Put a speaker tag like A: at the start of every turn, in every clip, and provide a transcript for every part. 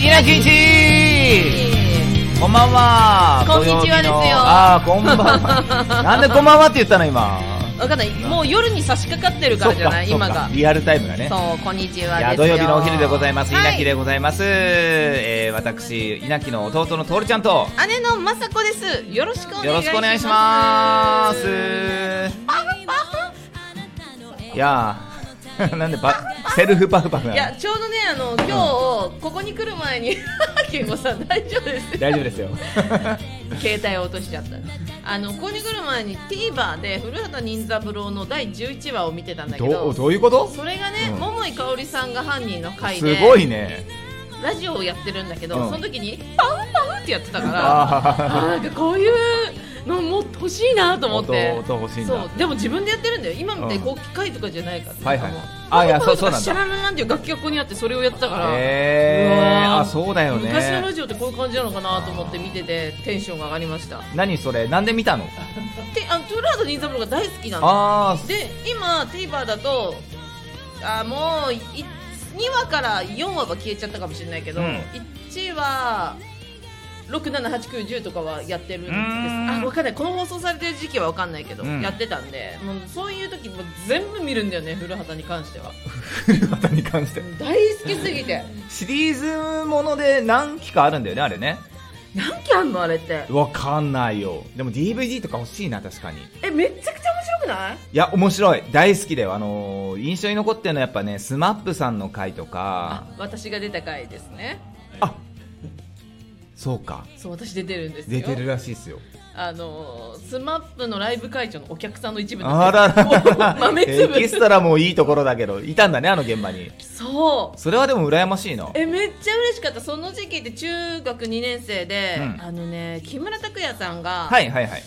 A: 宮真一こんばんは
B: こんにちはですよ
A: 土曜日のああこんばんはな んでこんばんはって言ったの今
B: わかんないもう夜に差し掛かってるからじゃない
A: そっかそ
B: 今
A: っか
B: が
A: リアルタイムがね
B: そうこんにちはいです
A: や土
B: よ
A: 曜日のお昼でございます
B: は
A: 稲城でございます、えー、私稲城の弟の徹ちゃんと
B: 姉のまさこですよろしくお願
A: よろ
B: いします
A: しくお願いしますいやー なんでパセルフパフパフ
B: い
A: な
B: や
A: の
B: ちょうどねあの今日、ここに来る前に 健吾さん大丈夫です
A: 大丈夫ですよ
B: 携帯を落としちゃったあのここに来る前に TVer で古畑任三郎の第11話を見てたんだけ
A: ど
B: ど
A: うどういうこと
B: それがね、
A: うん
B: 桃井かおりさんが犯人の回
A: す
B: で
A: ごいね
B: ラジオをやってるんだけど、
A: うん
B: その時にパウパウってやってたからあー
A: あ
B: なんかこういうのも欲しいなと
A: あ
B: 思って
A: 音欲しいん
B: そ
A: だ
B: うでも自分でやってるんだよ今みたいに
A: うん
B: こう機械とかじゃないから、
A: はいはい
B: なんかも
A: あいや
B: パウパウとか
A: そうそうなんだ
B: シャララランっていう楽器がここにあってそれをやってたから、
A: え
B: う
A: ー、
B: わー
A: あそうだよね
B: 昔のラジオってこういう感じなのかなと思って見ててテンションが上がりました
A: 何それなんで見たの
B: であのトゥルーハード忍三郎が大好きなの
A: あー
B: で今 TVer だとあーもうい2話から4話は消えちゃったかもしれないけ
A: う
B: ど、
A: ん
B: 1話67890とかはやってるんです
A: うーん
B: あ分かんないこの放送されてる時期は分かんないけど、
A: うん
B: やってたんでもうそういう時もう全部見るんだよね古畑に関しては
A: 古畑に関して
B: 大好きすぎて
A: シリーズもので何期かあるんだよねあれね
B: 何期あんのあれって
A: わかんないよでも DVD とか欲しいな確かにい
B: えめっちゃくちゃ面白くない
A: や面白い大好きだよあのー印象に残ってるのはやっぱね SMAP さんの回とか
B: あ私が出た回ですね
A: あそうか
B: そう私出てるんですよ
A: 出てるらしいっすよ
B: あのスマップのライブ会場のお客さんの一部なん
A: あら
B: ですよ
A: ら
B: 豆
A: エキス
B: 粒
A: トラもいいところだけどいたんだねあの現場に
B: そう
A: それはでも羨ましいな
B: えめっちゃ嬉しかったその時期って中学2年生で、
A: うん
B: あのね木村拓哉さんが、
A: はいはいはい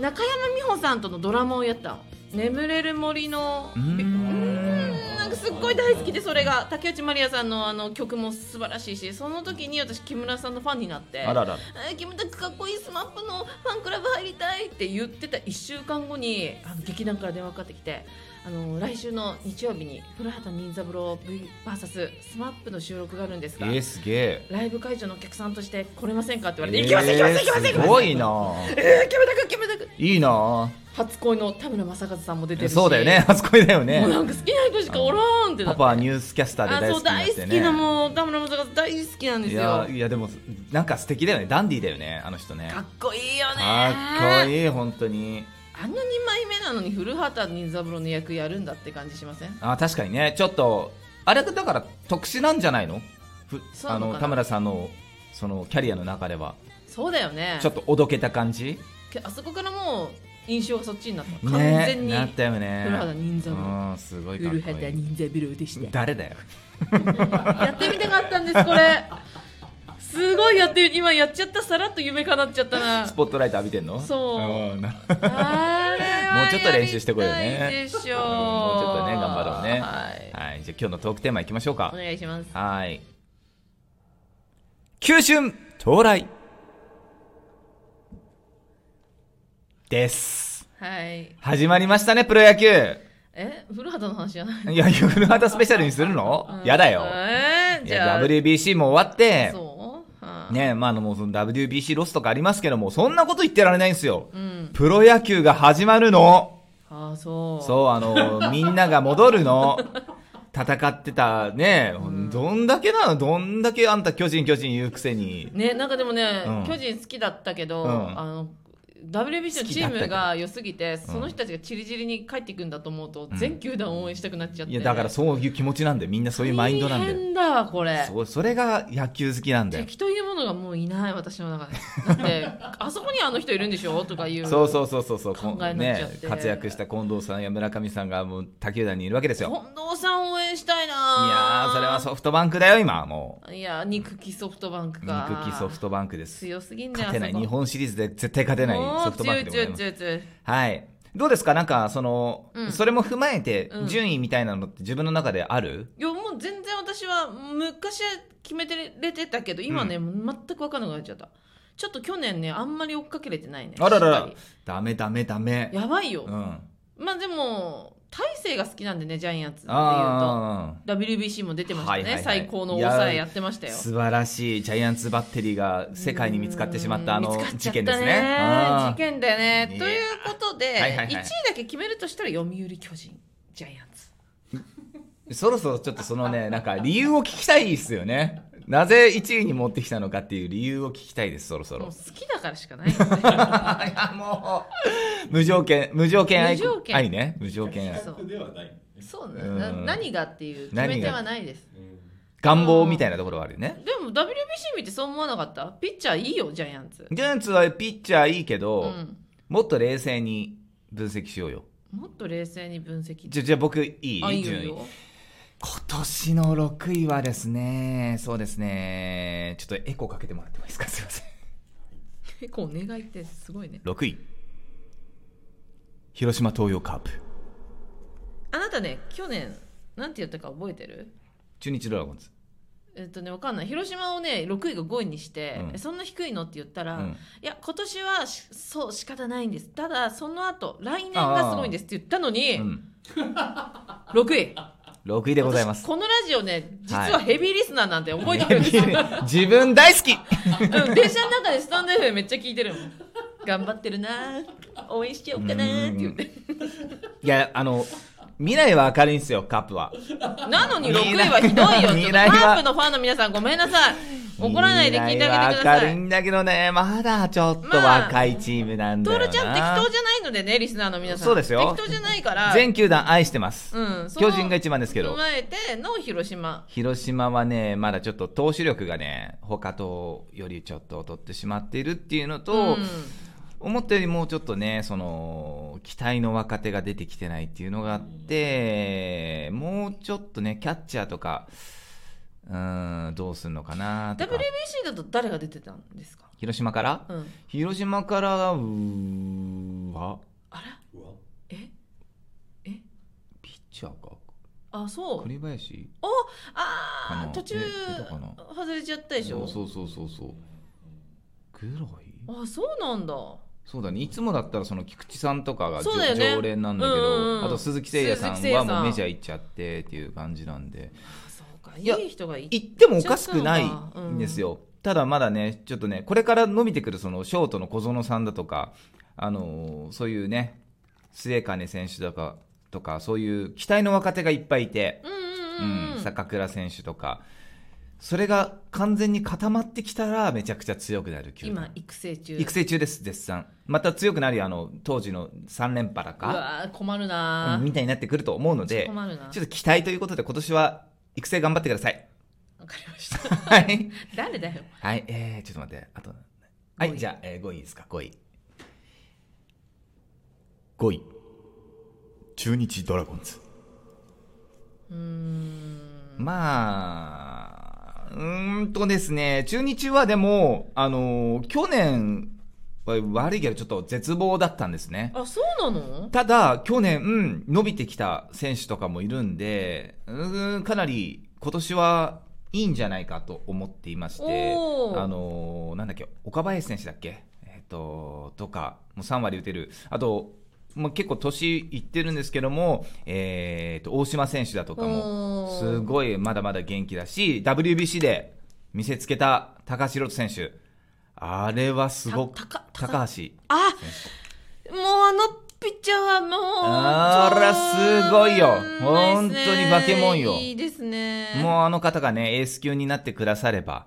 B: 中山美穂さんとのドラマをやったの「眠れる森の」
A: うーん
B: なんかすっごい大好きでそれが竹内まりやさんのあの曲も素晴らしいしその時に私木村さんのファンになって
A: あらら
B: えーキムタクかっこいいスマップのファンクラブ入りたいって言ってた1週間後にあの劇団から電話かかってきてあの来週の日曜日に古畑任三郎 VS スマップの収録があるんです
A: え
B: が、
A: ー、すげえ
B: ライブ会場のお客さんとして来れませんかって言われて、
A: え
B: 行きます行きます行きます
A: ー
B: 行
A: す
B: きます
A: ごいな
B: えー、キムタクキムタク
A: いいな
B: 初恋の田村正和さんも出てるし
A: そうだよねあ そこだよね
B: もうなんか好きな人しかおらんってな
A: パ
B: って
A: パはニュースキャスターで
B: あ
A: 大好
B: そう
A: きにな
B: 大
A: っ
B: 好
A: てね
B: きなもう田村正和大好きなんです
A: い
B: よ
A: やいやでもなんか素敵だよねダンディーだよねあの人ね
B: かっこいいよね
A: かっこいい本当に
B: あんな2枚目なのに古畑任三郎の役やるんだって感じしません
A: あ確かにねちょっとあれだから特殊なんじゃないのふ
B: そうな
A: あ
B: のかな
A: の田村さんのそのキャリアの中では
B: そうだよね
A: ちょっとおどけた感じ
B: けあそこからもう印象がそっちになった完
A: ね
B: 全に
A: なったよね
B: 古畑任三郎
A: うんすごいかっ
B: 古
A: こ
B: 畑
A: いい
B: 任三郎でした
A: 誰だよ
B: やってみたかったんですこれすごいやってる今やっちゃったさらっと夢叶っちゃっ たな
A: スポットライト浴びてんの
B: そう
A: うんな
B: あれは
A: もうちょっと練習してこいよね
B: やりたいでしょう
A: もうちょっとね頑張ろうね
B: はい
A: はいじゃあ今日のトークテーマいきましょうか
B: お願いします
A: はい。急春到来です。
B: はい
A: 始まりましたね、プロ野球。い
B: え古畑の話じゃない
A: や、古畑スペシャルにするの、やだよ。
B: えー、
A: い
B: じゃ
A: や
B: あ
A: WBC も終わって、
B: そう、はあ、
A: ねまあ、あのもうその WBC ロスとかありますけども、そんなこと言ってられないんですよ。
B: うん
A: プロ野球が始まるの。
B: ああそう
A: そう、あの、みんなが戻るの。戦ってたね、どんだけなのどんだけあんた巨人巨人言うくせに。
B: ねなんかでもね、
A: うん
B: 巨人好きだったけど、
A: うん
B: あの WBC のチームが良すぎて
A: ど
B: その人たちがチリチリに帰っていくんだと思うと、
A: ん
B: 全球団応援したくなっちゃって
A: いやだからそういう気持ちなんだよみんなそういうマインドなんだ
B: 大
A: よ
B: 変だわこれ
A: そうそれが野球好きなんだよ
B: 敵というものがもういない私の中でだって あそこにあの人いるんでしょとかいう
A: そうそうそうそうそう
B: 考えになっちゃ
A: ね
B: って
A: 活躍した近藤さんや村上さんがもう他球団にいるわけですよいや
B: 近藤さん応援したいなー
A: ーそれはソフトバンクだよ今はも
B: いや肉きソフトバンク
A: う
B: か
A: 憎きソフトバンクです
B: 強すぎんじゃん
A: 勝てない
B: あそこ
A: 日本シリーズで絶対勝てないソフトバンクでございます
B: もう強い強い強い強い
A: はいどうですかなんかその、
B: うん
A: それも踏まえて
B: うん
A: 順位みたいなのって自分の中である、
B: いやもう全然私は昔は決めてれてたけど今ね、全く分かんなくなっちゃったちょっと去年ねあんまり追っかけれてないね
A: あらら
B: しっ
A: ら
B: か
A: ダメダメダメ
B: りやばいよ、
A: うん
B: まあでも大勢が好きなんでねジャイアンツっていうと
A: あ
B: WBC も出てました
A: は
B: ね、
A: いはいはい
B: 最高の抑
A: いや
B: えやってました
A: ー
B: よ
A: 素晴らしいジャイアンツバッテリーが世界に見つかってしまったあ
B: うん
A: の
B: 見つかっちゃ
A: 事件
B: った
A: ですね
B: 事
A: あー
B: 件だよね
A: ね
B: ということで、
A: いはいはい
B: 1位だけ決めるとしたら読売巨人ジャイアンツ
A: そろそろちょっとそのねなんか理由を聞きたいですよねなぜ1位に持ってきたのかっていう理由を聞きたいですそろそ
B: も
A: ろ
B: う好きだからしかないよね
A: いやもう無条件無条件愛
B: 無条件
A: 愛ね無条件愛
B: そう
C: ではない、ね
B: そう
A: う
B: ね
A: ん
B: な何がっていう決め手はないです
C: うん
A: 願望みたいなところはあるよね
B: でも WBC 見てそう思わなかったピッチャーいいよジャイアンツ
A: ジャイアンツはピッチャーいいけど、
B: うん
A: もっと冷静に分析しようよ
B: もっと冷静に分析
A: じゃじゃあ僕いい
B: あいいよ
A: 順
B: いい
A: 位
B: よ
A: 今年の6位はですねそうですねちょっとエコーかけてもらってもいいですかすいません
B: 結構お願いってすごいね
A: 6位広島東洋カープ
B: あなたね去年なんて言ったか覚えてる
A: 中日ドラゴンズ、
B: えっとねわかんない広島をね6位が5位にして、
A: うん
B: えそんな低いのって言ったら、
A: うん
B: いや今年はしそう仕方ないんですただその後来年がすごいんですって言ったのに、
A: うん、
B: 6位
A: 6位でございます
B: 私このラジオね実
A: は
B: はいヘビーリスナーなんて覚えてるんですよ、
A: 自分大好き
B: うん電車の中でスタンド FM めっちゃ聞いてるもん頑張ってるなー応援しちゃおうかなーって言って
A: いやあの未来は明るいんですよカープは
B: なのに6位はひどいよちょっ
A: 未
B: と
A: 来は
B: カープのファンの皆さんごめんなさい怒らないで聞いてあげて
A: 未来は
B: くださ
A: 明るい
B: い
A: んだけどねまだちょっと若いチームなんだ
B: ト
A: よ
B: ー
A: な、
B: ルちゃん適当じゃないのでねリスナーの皆さん
A: そうですよ
B: 適当じゃないから
A: 全球団愛してます、
B: うんその
A: 巨人が一番ですけど
B: 踏まえての広島
A: 広島はねまだちょっと投手力がね他とよりちょっと劣ってしまっているっていうのと、
B: うん
A: 思ったよりもうちょっとねその期待の若手が出てきてないっていうのがあってもうちょっとねキャッチャーとかうーんどうするのかなとか
B: WBC だと誰が出てたんですか、
A: 広島から
B: うん、
A: 広島からうーわ
B: あれ
C: うわ
B: え
A: ピッチャーか
B: あそう
A: 栗林か
B: あ
A: な
B: ー途中
A: え出たかな
B: 外れちゃったでしょ
A: そうそうそうそうぐらい
B: あそうなんだ
A: そうだねいつもだったらその菊池さんとかが
B: そうだよね
A: 常連なんだけど、
B: うんうんうん
A: あと鈴木誠也さ
B: 鈴木
A: んは
B: 誠也さん
A: もうメジャー行っちゃってっていう感じなんで
B: あそうかい
A: いや
B: い人がいい
A: 行ってもおかしくないんですよ、ただまだねちょっとねこれから伸びてくるそのショートの小園さんだとか、あのーそういうね末金選手とかとかそういう期待の若手がいっぱいいて、
B: うんうん
A: う
B: うん、
A: ん
B: うん、
A: 坂倉選手とかそれが完全に固まってきたらめちゃくちゃ強くなる球団
B: 今育成中
A: 育成中です絶賛また強くなるよあの当時の3連覇だ
B: う
A: か
B: わー困るなー
A: みたいになってくると思うので
B: 困るな
A: ちょっと期待ということで今年は育成頑張ってください
B: わかりました
A: はい
B: 誰だよ
A: はい、えー、ちょっと待って、あと。は
B: 五
A: い、
B: 位
A: じゃあ、えー、5位ですか、5位。5位。中日ドラゴンズ。
B: うーん
A: まあ、うーんとですね、中日はでも、あのー去年は悪いけど、ちょっと絶望だったんですね。
B: あそうなの
A: ただ、去年、うん伸びてきた選手とかもいるんで、うーんかなり今年はいいんじゃないかと思っていまして、
B: おー
A: あのーなんだっけ、岡林選手だっけ、えっととか、もう3割打てる、あと、もう結構年いってるんですけども、えー、と大島選手だとか
B: お
A: も、
B: ー
A: すごいまだまだ元気だし、WBC で見せつけた高橋宏斗選手、あれはすごく、
B: たたかた
A: 高橋。
B: あもうあのピッチャーはもう
A: あらすごいよ
B: うまいっすね
A: 本当に化け物よ
B: いいですね
A: もうあの方がね、エース級になってくだされば、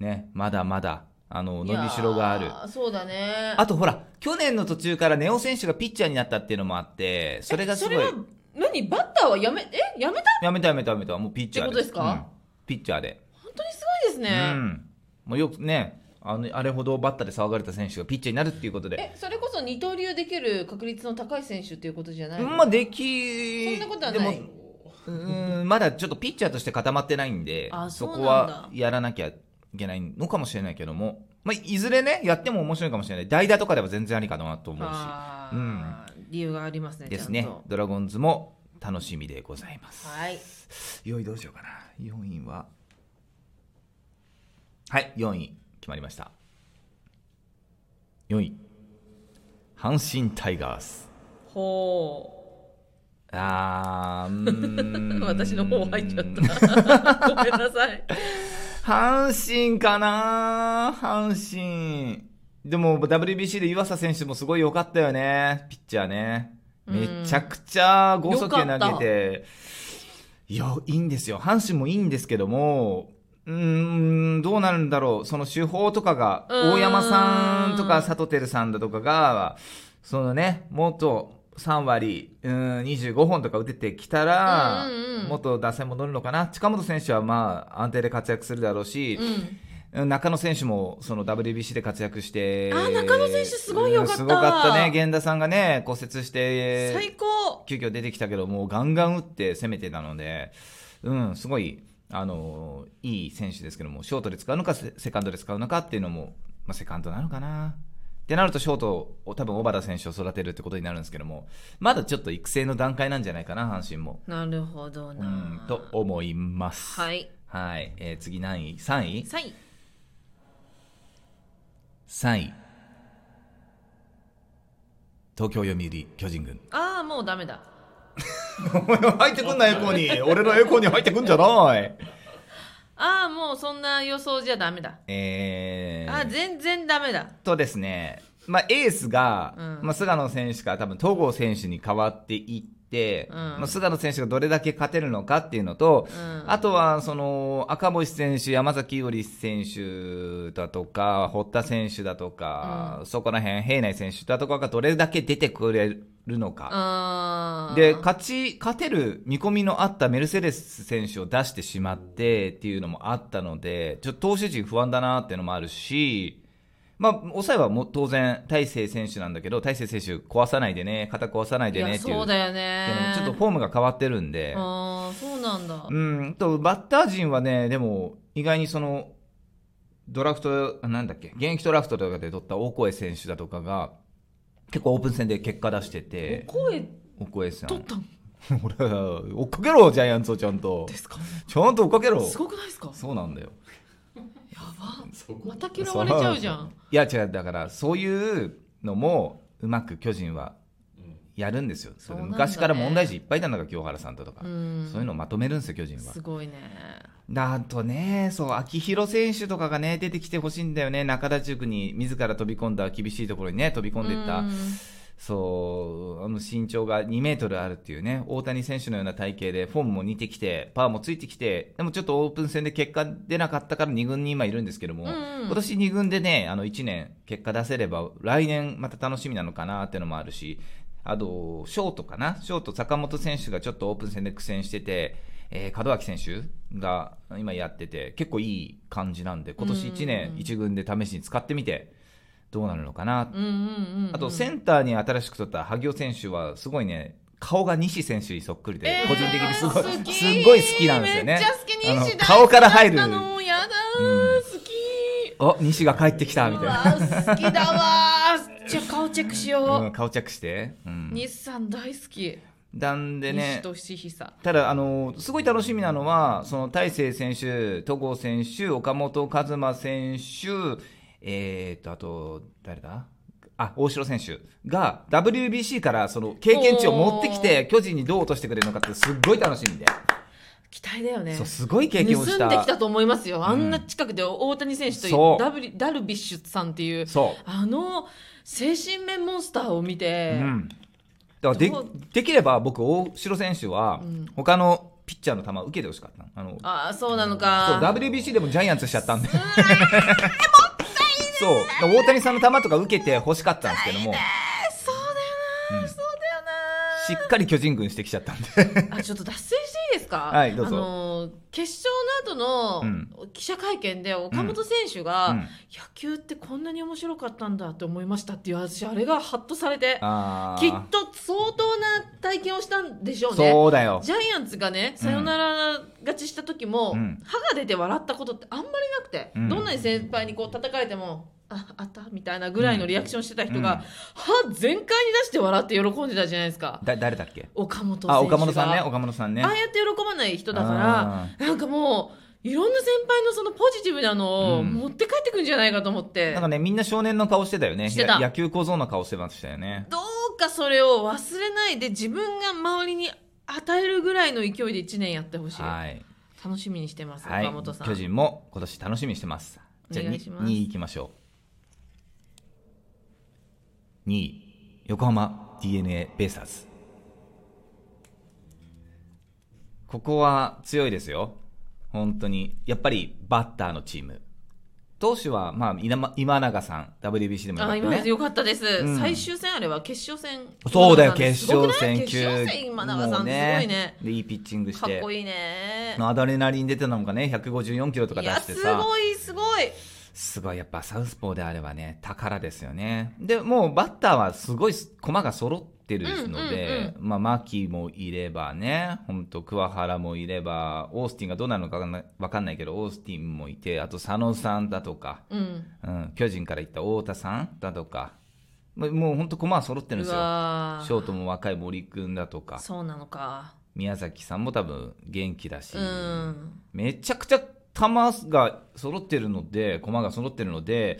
A: ね、まだまだ、あの、伸びしろがあ
B: い
A: る
B: や。ーそうだね
A: あとほら、去年の途中からネオ選手がピッチャーになったっていうのもあって、それがすごい
B: え、それは何バッターはやめえやめた
A: やめたやめたやめた、もうピッチャー
B: ってことですか
A: うんピッチャーで。
B: 本当にすごいです
A: う
B: ね、
A: ん。もうよくね、あの、あれほどバッターで騒がれた選手がピッチャーになるっていうことで。
B: えそれこそ二刀流できる確率の高い選手っていうことじゃないの、
A: まあ、でき、
B: そんなことはない
A: でもうんまだちょっとピッチャーとして固まってないんで
B: あ
A: そ
B: そう
A: こ
B: なんだ
A: はやらなきゃいけないのかもしれないけども、まあ、いずれねやっても面白いかもしれない代打とかでは全然ありかなと思うし
B: あー理由がありますね
A: です
B: ち
A: ね
B: ゃんと
A: ドラゴンズも楽しみでございます
B: はい
A: 4位どうしようかな4位ははい4位決まりました4位阪神タイガース
B: ほ
A: あーうーん
B: 私の方入っ ちゃった。ごめんなさい。
A: 阪神かな阪神。でも WBC で湯浅選手もすごい良かったよね。ピッチャーね。
B: うん
A: めちゃくちゃ剛速球
B: 良かった
A: 投げて。いや、いいんですよ。阪神もいいんですけども、うーん、どうなるんだろう。その手法とかが、
B: うーん
A: 大山さんとか佐藤輝さんだとかが、そのね、もっと3割、うーん、25本とか打ててきたら、
B: うんうんうん
A: もっと打線戻るのかな。近本選手はまあ、安定で活躍するだろうし、
B: うん。
A: 中野選手もその WBC で活躍して
B: あ中野選手すごい良かった
A: すごかったね源田さんがね骨折して
B: 最高。
A: 急遽出てきたけどもうガンガン打って攻めてたのでうんすごいあのいい選手ですけどもショートで使うのかセセカンドで使うのかっていうのも、まあ、セカンドなのかなってなるとショートを多分小原選手を育てるってことになるんですけどもまだちょっと育成の段階なんじゃないかな阪神も
B: なるほど
A: う。
B: なん
A: と思います、
B: はいい。
A: はいえー次何位3位
B: 3位。
A: 3位東京読売巨人軍
B: ああ、もうダメだ。
A: 入ってくんなエコーに俺のエコーに入ってくんじゃない
B: ああ、もうそんな予想じゃダメだ。
A: え
B: あ
A: ー、
B: 全然ダメだ。
A: とですね、まあ、エースが、
B: うん
A: まあ、菅野選手から多分戸郷選手に変わっていって、
B: うん
A: まあ、菅野選手がどれだけ勝てるのかっていうのと、
B: うん
A: あとはその赤星選手、山崎伊織選手だとか、堀田選手だとか、そこら辺、平内選手だとかがどれだけ出てくれるのか、
B: あー
A: で勝ち勝てる見込みのあったメルセデス選手を出してしまってっていうのもあったのでちょっと投手陣不安だなっていうのもあるし、まあ、抑えはもう当然大勢選手なんだけど大勢選手壊さないでね肩壊さない
B: い
A: でね
B: や
A: っていう
B: そうだよ
A: でも
B: ね。
A: ちょっとフォームが変わってるんで
B: ああ、そうなんだ。
A: うんとバッター陣はねでも意外にそのドラフトなんだっけ現役ドラフトとかで取った大越選手だとかが結構オープン戦で結果出してて
B: 声
A: 大越さん
B: 取ったん
A: 俺は 追っかけろジャイアンツをちゃんと
B: ですか
A: ちゃんと追っかけろ
B: すごくないですか
A: そうなんだよ
B: やば。また嫌われちゃうじゃん。
A: いや違うだからそういうのもうまく巨人はやるんですよそれで
B: そうなんだね
A: 昔から問題児いっぱいいたのが清原さんととか、
B: うん。
A: そういうのをまとめるんですよ巨人は
B: すごいね。
A: だあとねそう秋広選手とかがね出てきてほしいんだよね中田塾に自ら飛び込んだ厳しいところにね飛び込んでいった、
B: うん
A: そう、あの身長が2メートルあるっていうね、大谷選手のような体型で、フォームも似てきて、パワーもついてきて、でもちょっとオープン戦で結果出なかったから2軍に今いるんですけども、
B: うんうん
A: 今年2軍でね、あの1年結果出せれば、来年また楽しみなのかなっていうのもあるし、あと、ショートかな、ショート、坂本選手がちょっとオープン戦で苦戦してて、えー門脇選手が今やってて、結構いい感じなんで、今年1
B: うん
A: 年
B: うん
A: 1軍で試しに使ってみて、どうなるのかなって
B: うんうんうん。
A: あとセンターに新しく取った萩尾選手はすごいね顔が西選手にそっくりで、
B: えー
A: 個人的にすごい
B: 好き
A: すっごい好きなんですよね
B: めっちゃ好き西大好きだ
A: あの顔から入る
B: あのもうやだー、
A: う
B: 好き
A: お西が帰ってきた
B: ー
A: み
B: う
A: たい
B: わ
A: な、
B: ー好きだわーじゃあ顔チェックしよう、
A: うん顔着して、うん、
B: 西さん大好き
A: なんでね
B: 西俊久
A: ただあのすごい楽しみなのはその大勢選手戸郷選手岡本和真選手えー、とあと誰だあ大城選手が WBC からその経験値を持ってきて巨人にどう落としてくれるのかってすっごい楽しみで、
B: 期待だよね
A: そうすごい経験をし
B: 盗
A: た
B: んできたと思いますよあんな近くで大谷選手
A: そ
B: と
A: う
B: ダブリダルビッシュさんっていう
A: そう
B: あの精神面モンスターを見て、
A: うん、だからで
B: どう
A: できれば僕、大城選手は
B: うん
A: 他のピッチャーの球を受けてほしかったのあの
B: ああそうなの
A: そう
B: か
A: WBC でもジャイアンツしちゃったんで。そうだから大谷さんの球とか受けて欲しかったんですけども、
B: そうだよな、
A: うん
B: そうだよな
A: しっかり巨人軍してきちゃったんで、
B: あちょっと脱線していいですか、
A: はいどうぞ
B: あのー決勝の後の記者会見で岡本選手が、
A: うん
B: 野球ってこんなに面白かったんだって思いましたっていう私あれがハッとされて
A: あー
B: きっと相当な体験をしたんでしょうね。
A: そうだよ、
B: ジャイアンツがねサヨナラ勝ちした時も、
A: うん
B: 歯が出て笑ったことってあんまりなくて、
A: うん
B: どんなに先輩にこう叩かれてもああったみたいなぐらいのリアクションしてた人が、
A: うん
B: 歯全開に出して笑って喜んでたじゃないですか
A: だ誰だっけ
B: 岡本選手が
A: あ岡本さんね、岡本さんね
B: あ。あやって喜ばない人だからなんかもういろんな先輩のそのポジティブなのを
A: うん
B: 持って帰ってくるんじゃないかと思って、
A: なんかね、みんな少年の顔してたよね、
B: してた
A: や野球小僧の顔してましたよね。
B: どうかそれを忘れないで自分が周りに与えるぐらいの勢いで1年やってほしい、
A: はい、
B: 楽しみにしてます、
A: はい
B: 岡本さん
A: 巨人も今年楽しみにしてますじゃあ
B: お願いします
A: 2, 位いきましょう2位横浜 d n a ベイスターズここは強いですよ本当にやっぱりバッターのチーム投手は、まあ、稲間今永さん WBC でもよか
B: あ
A: った
B: 今ま
A: ね
B: でよかったです、
A: ん
B: 最終戦あれは決勝戦
A: そうだよ
B: 今永
A: 決
B: さん
A: 勝
B: すごくない
A: 戦
B: 決勝戦今永さんすごいね
A: でいいピッチングし
B: かってこいいね
A: アドレナリン出てたのかね154キロとか
B: い
A: 出
B: や
A: して
B: す
A: さ
B: ごいすごい
A: すごいやっぱサウスポーであればね宝ですよねでもうバッターはすごい駒が揃ってるので、まあ、マキもいればね本当桑原もいればオースティンがどうなるのかわかんないわかんないけどオースティンもいてあと佐野さんだとか、
B: うん
A: うん、巨人から行った太田さんだとかもうもう本当駒は揃ってるん
B: う
A: ですよ
B: わー
A: ショートも若い森君だとか
B: そうなのか
A: 宮崎さんも多分元気だし、
B: うん
A: めちゃくちゃ球が揃ってるので、駒が揃ってるので、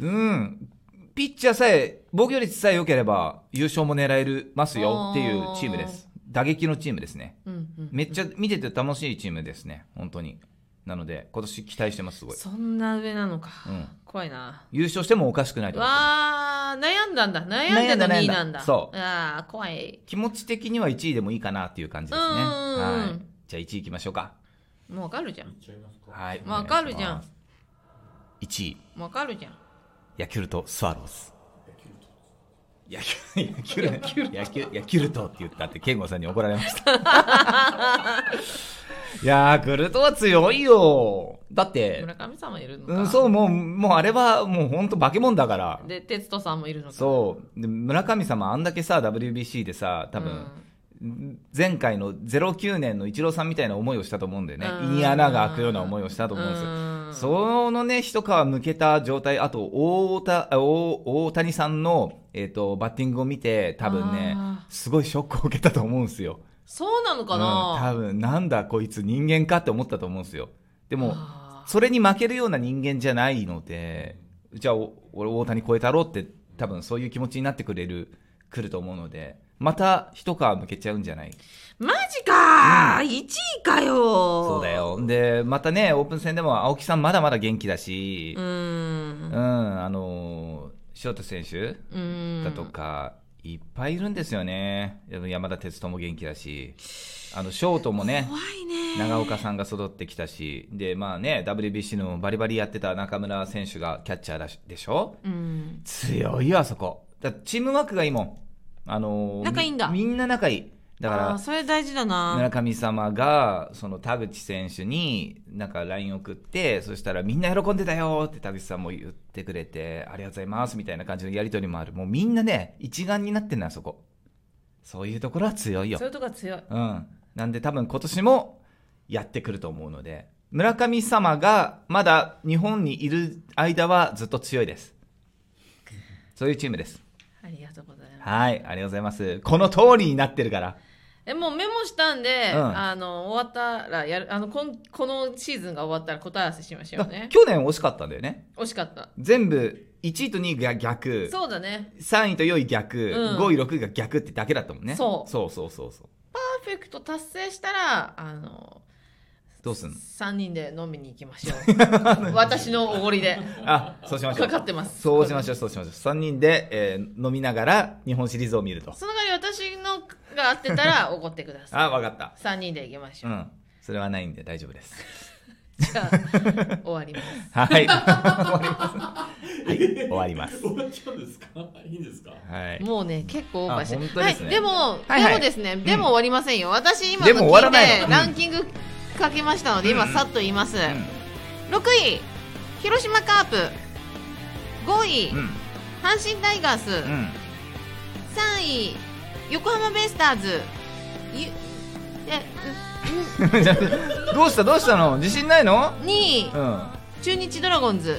A: うん、ピッチャーさえ、防御率さえ良ければ、優勝も狙えるますよっていうチームです。打撃のチームですね。
B: うんうん
A: めっちゃ見てて楽しいチームですね、本当に。なので、今年期待してます、すごい。
B: そんな上なのか、
A: うん
B: 怖いな
A: 優勝してもおかしくないと思います
B: わあ悩んだんだ悩んでの2位なん
A: 悩んだ悩ん
B: だ
A: だそう
B: ああ怖い
A: 気持ち的には1位でもいいかなっていう感じですね。
B: うんうんうん
A: はい。じゃあ1位いきましょうか。
B: もうわかるじゃん
A: はい。
B: わかるじゃん。
A: 1位。
B: もうわかるじゃん
A: ヤキュルトスワローズ。ヤキュルト。ヤキュルト。ヤキュルトって言ったって、健吾さんに怒られました。いやー、クルトは強いよ。だって、
B: 村上さんもいるのか、
A: うん、そう、もう、もうあれはもうほんと化け物だから。
B: で哲人さんもいるのか
A: そう。で村上様、あんだけさ、WBC でさ、多分、前回の09年のイチローさんみたいな思いをしたと思うんだよね。
B: うん
A: 胃に穴が開くような思いをしたと思うんですよ。
B: ん
A: そのね、一皮向けた状態、あと大田、大大谷さんの、えっとバッティングを見て、多分ね
B: あ、
A: すごいショックを受けたと思うんですよ。
B: そうなのか
A: うん
B: な、
A: 多分なんだこいつ人間かって思ったと思うんですよ。でも、
B: あー
A: それに負けるような人間じゃないので、じゃあ、お俺大谷超えたろうって、多分そういう気持ちになってくれる、来ると思うので、また一皮向けちゃうんじゃない
B: マジかー、1位かよー
A: そうだよ。で、またね、オープン戦でも青木さんまだまだ元気だし、
B: うーん
A: うん、あのーショート選手
B: うーん
A: だとか、いっぱいいるんですよね。あの山田哲人も元気だし、あのショートもね、
B: 怖いね
A: 長岡さんが育ってきたし、で、まあね、WBC のバリバリやってた中村選手がキャッチャーだしでしょ
B: うん
A: 強いよ、あそこ。だからチームワークがいいもん。あのー
B: 仲いいんだ
A: みみんな仲いい。だか
B: あー
A: ら、
B: それ大事だな
A: 村上様がその田口選手になんか LINE 送ってそしたらみんな喜んでたよって田口さんも言ってくれてありがとうございますみたいな感じのやり取りもあるもうみんなね一丸になってんのあそこそういうところは強いよ
B: そういうとこが強い
A: うんなんで多分今年もやってくると思うので村上様がまだ日本にいる間はずっと強いですそういうチームです
B: ありがとうございます
A: はいありがとうございますこの通りになってるから
B: えもうメモしたんで、
A: うん
B: あの終わったらやるあのこんこのシーズンが終わったら答え合わせしましょうね
A: 去年惜しかったんだよね
B: 惜しかった
A: 全部1位と2位が逆
B: そうだね
A: 3位と4位逆、
B: うん
A: 5位6位が逆ってだけだったもんね
B: そう
A: そうそうそうそう
B: パーフェクト達成したらあの
A: どうすんの
B: 3人で飲みに行きましょ う私のおごりで
A: あそうしましょう
B: かかってます
A: そうしましょうそうしましょう3人で、えー飲みながら日本シリーズを見ると
B: その代わり私のが合ってた らおごってくださ
A: あわかった
B: い3人で行きまし
A: う
B: ょう、
A: んそれはないんで大丈夫です
B: じゃあ終わります
A: はい終わりますはい終わります
C: 終わっちゃうんですかいいんですか
A: はい
B: もうね、結構オーバーして
A: あ本当ですね
B: はい、でも、
A: はいはい
B: でもですね、でも終わりませんよ。私、今の
A: でも終わらない
B: 聞
A: の
B: いて、
A: うん
B: ランキングかけましたので、今、さっと言います。6位、広島カープ。5位、
A: うん
B: 阪神タイガース。
A: うんうん
B: 3位、横浜ベイスターズ。ゆえ
A: どうしたどうしたの自信ないの
B: 2位
A: う、んは
B: 中日ドラゴンズ。
A: い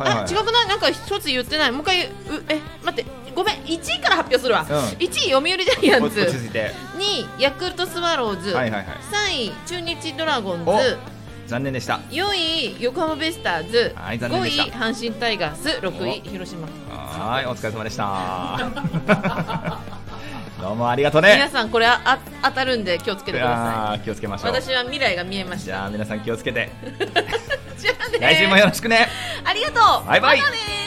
A: はい
B: あ、違くないなんか一つ言ってない。もう一回言う、うえ、待って、ごめん、1位から発表するわ。
A: うん
B: 1位、読売ジャイアン
A: 落ち
B: ツ
A: 落。ち着いて
B: 2位ヤクルトスワローズ、
A: はいはいはい
B: 3位中日ドラゴンズ
A: お残念でした
B: 4位横浜ベイスターズ、
A: はい残
B: 5
A: 念でした
B: 位阪神タイガース6位広島
A: あはい、お疲れ様でした。 どうもありがとう
B: 皆
A: ね。
B: さんこれああ当たるんで気をつけてくださ
A: あー気をつけま
B: い
A: しょう。
B: 私は未来が見えまし
A: じ
B: た
A: ゃあ皆さん気をつけて、
B: じゃあね
A: 来週もよろしくね。
B: ありがとう
A: バイバイ
B: またね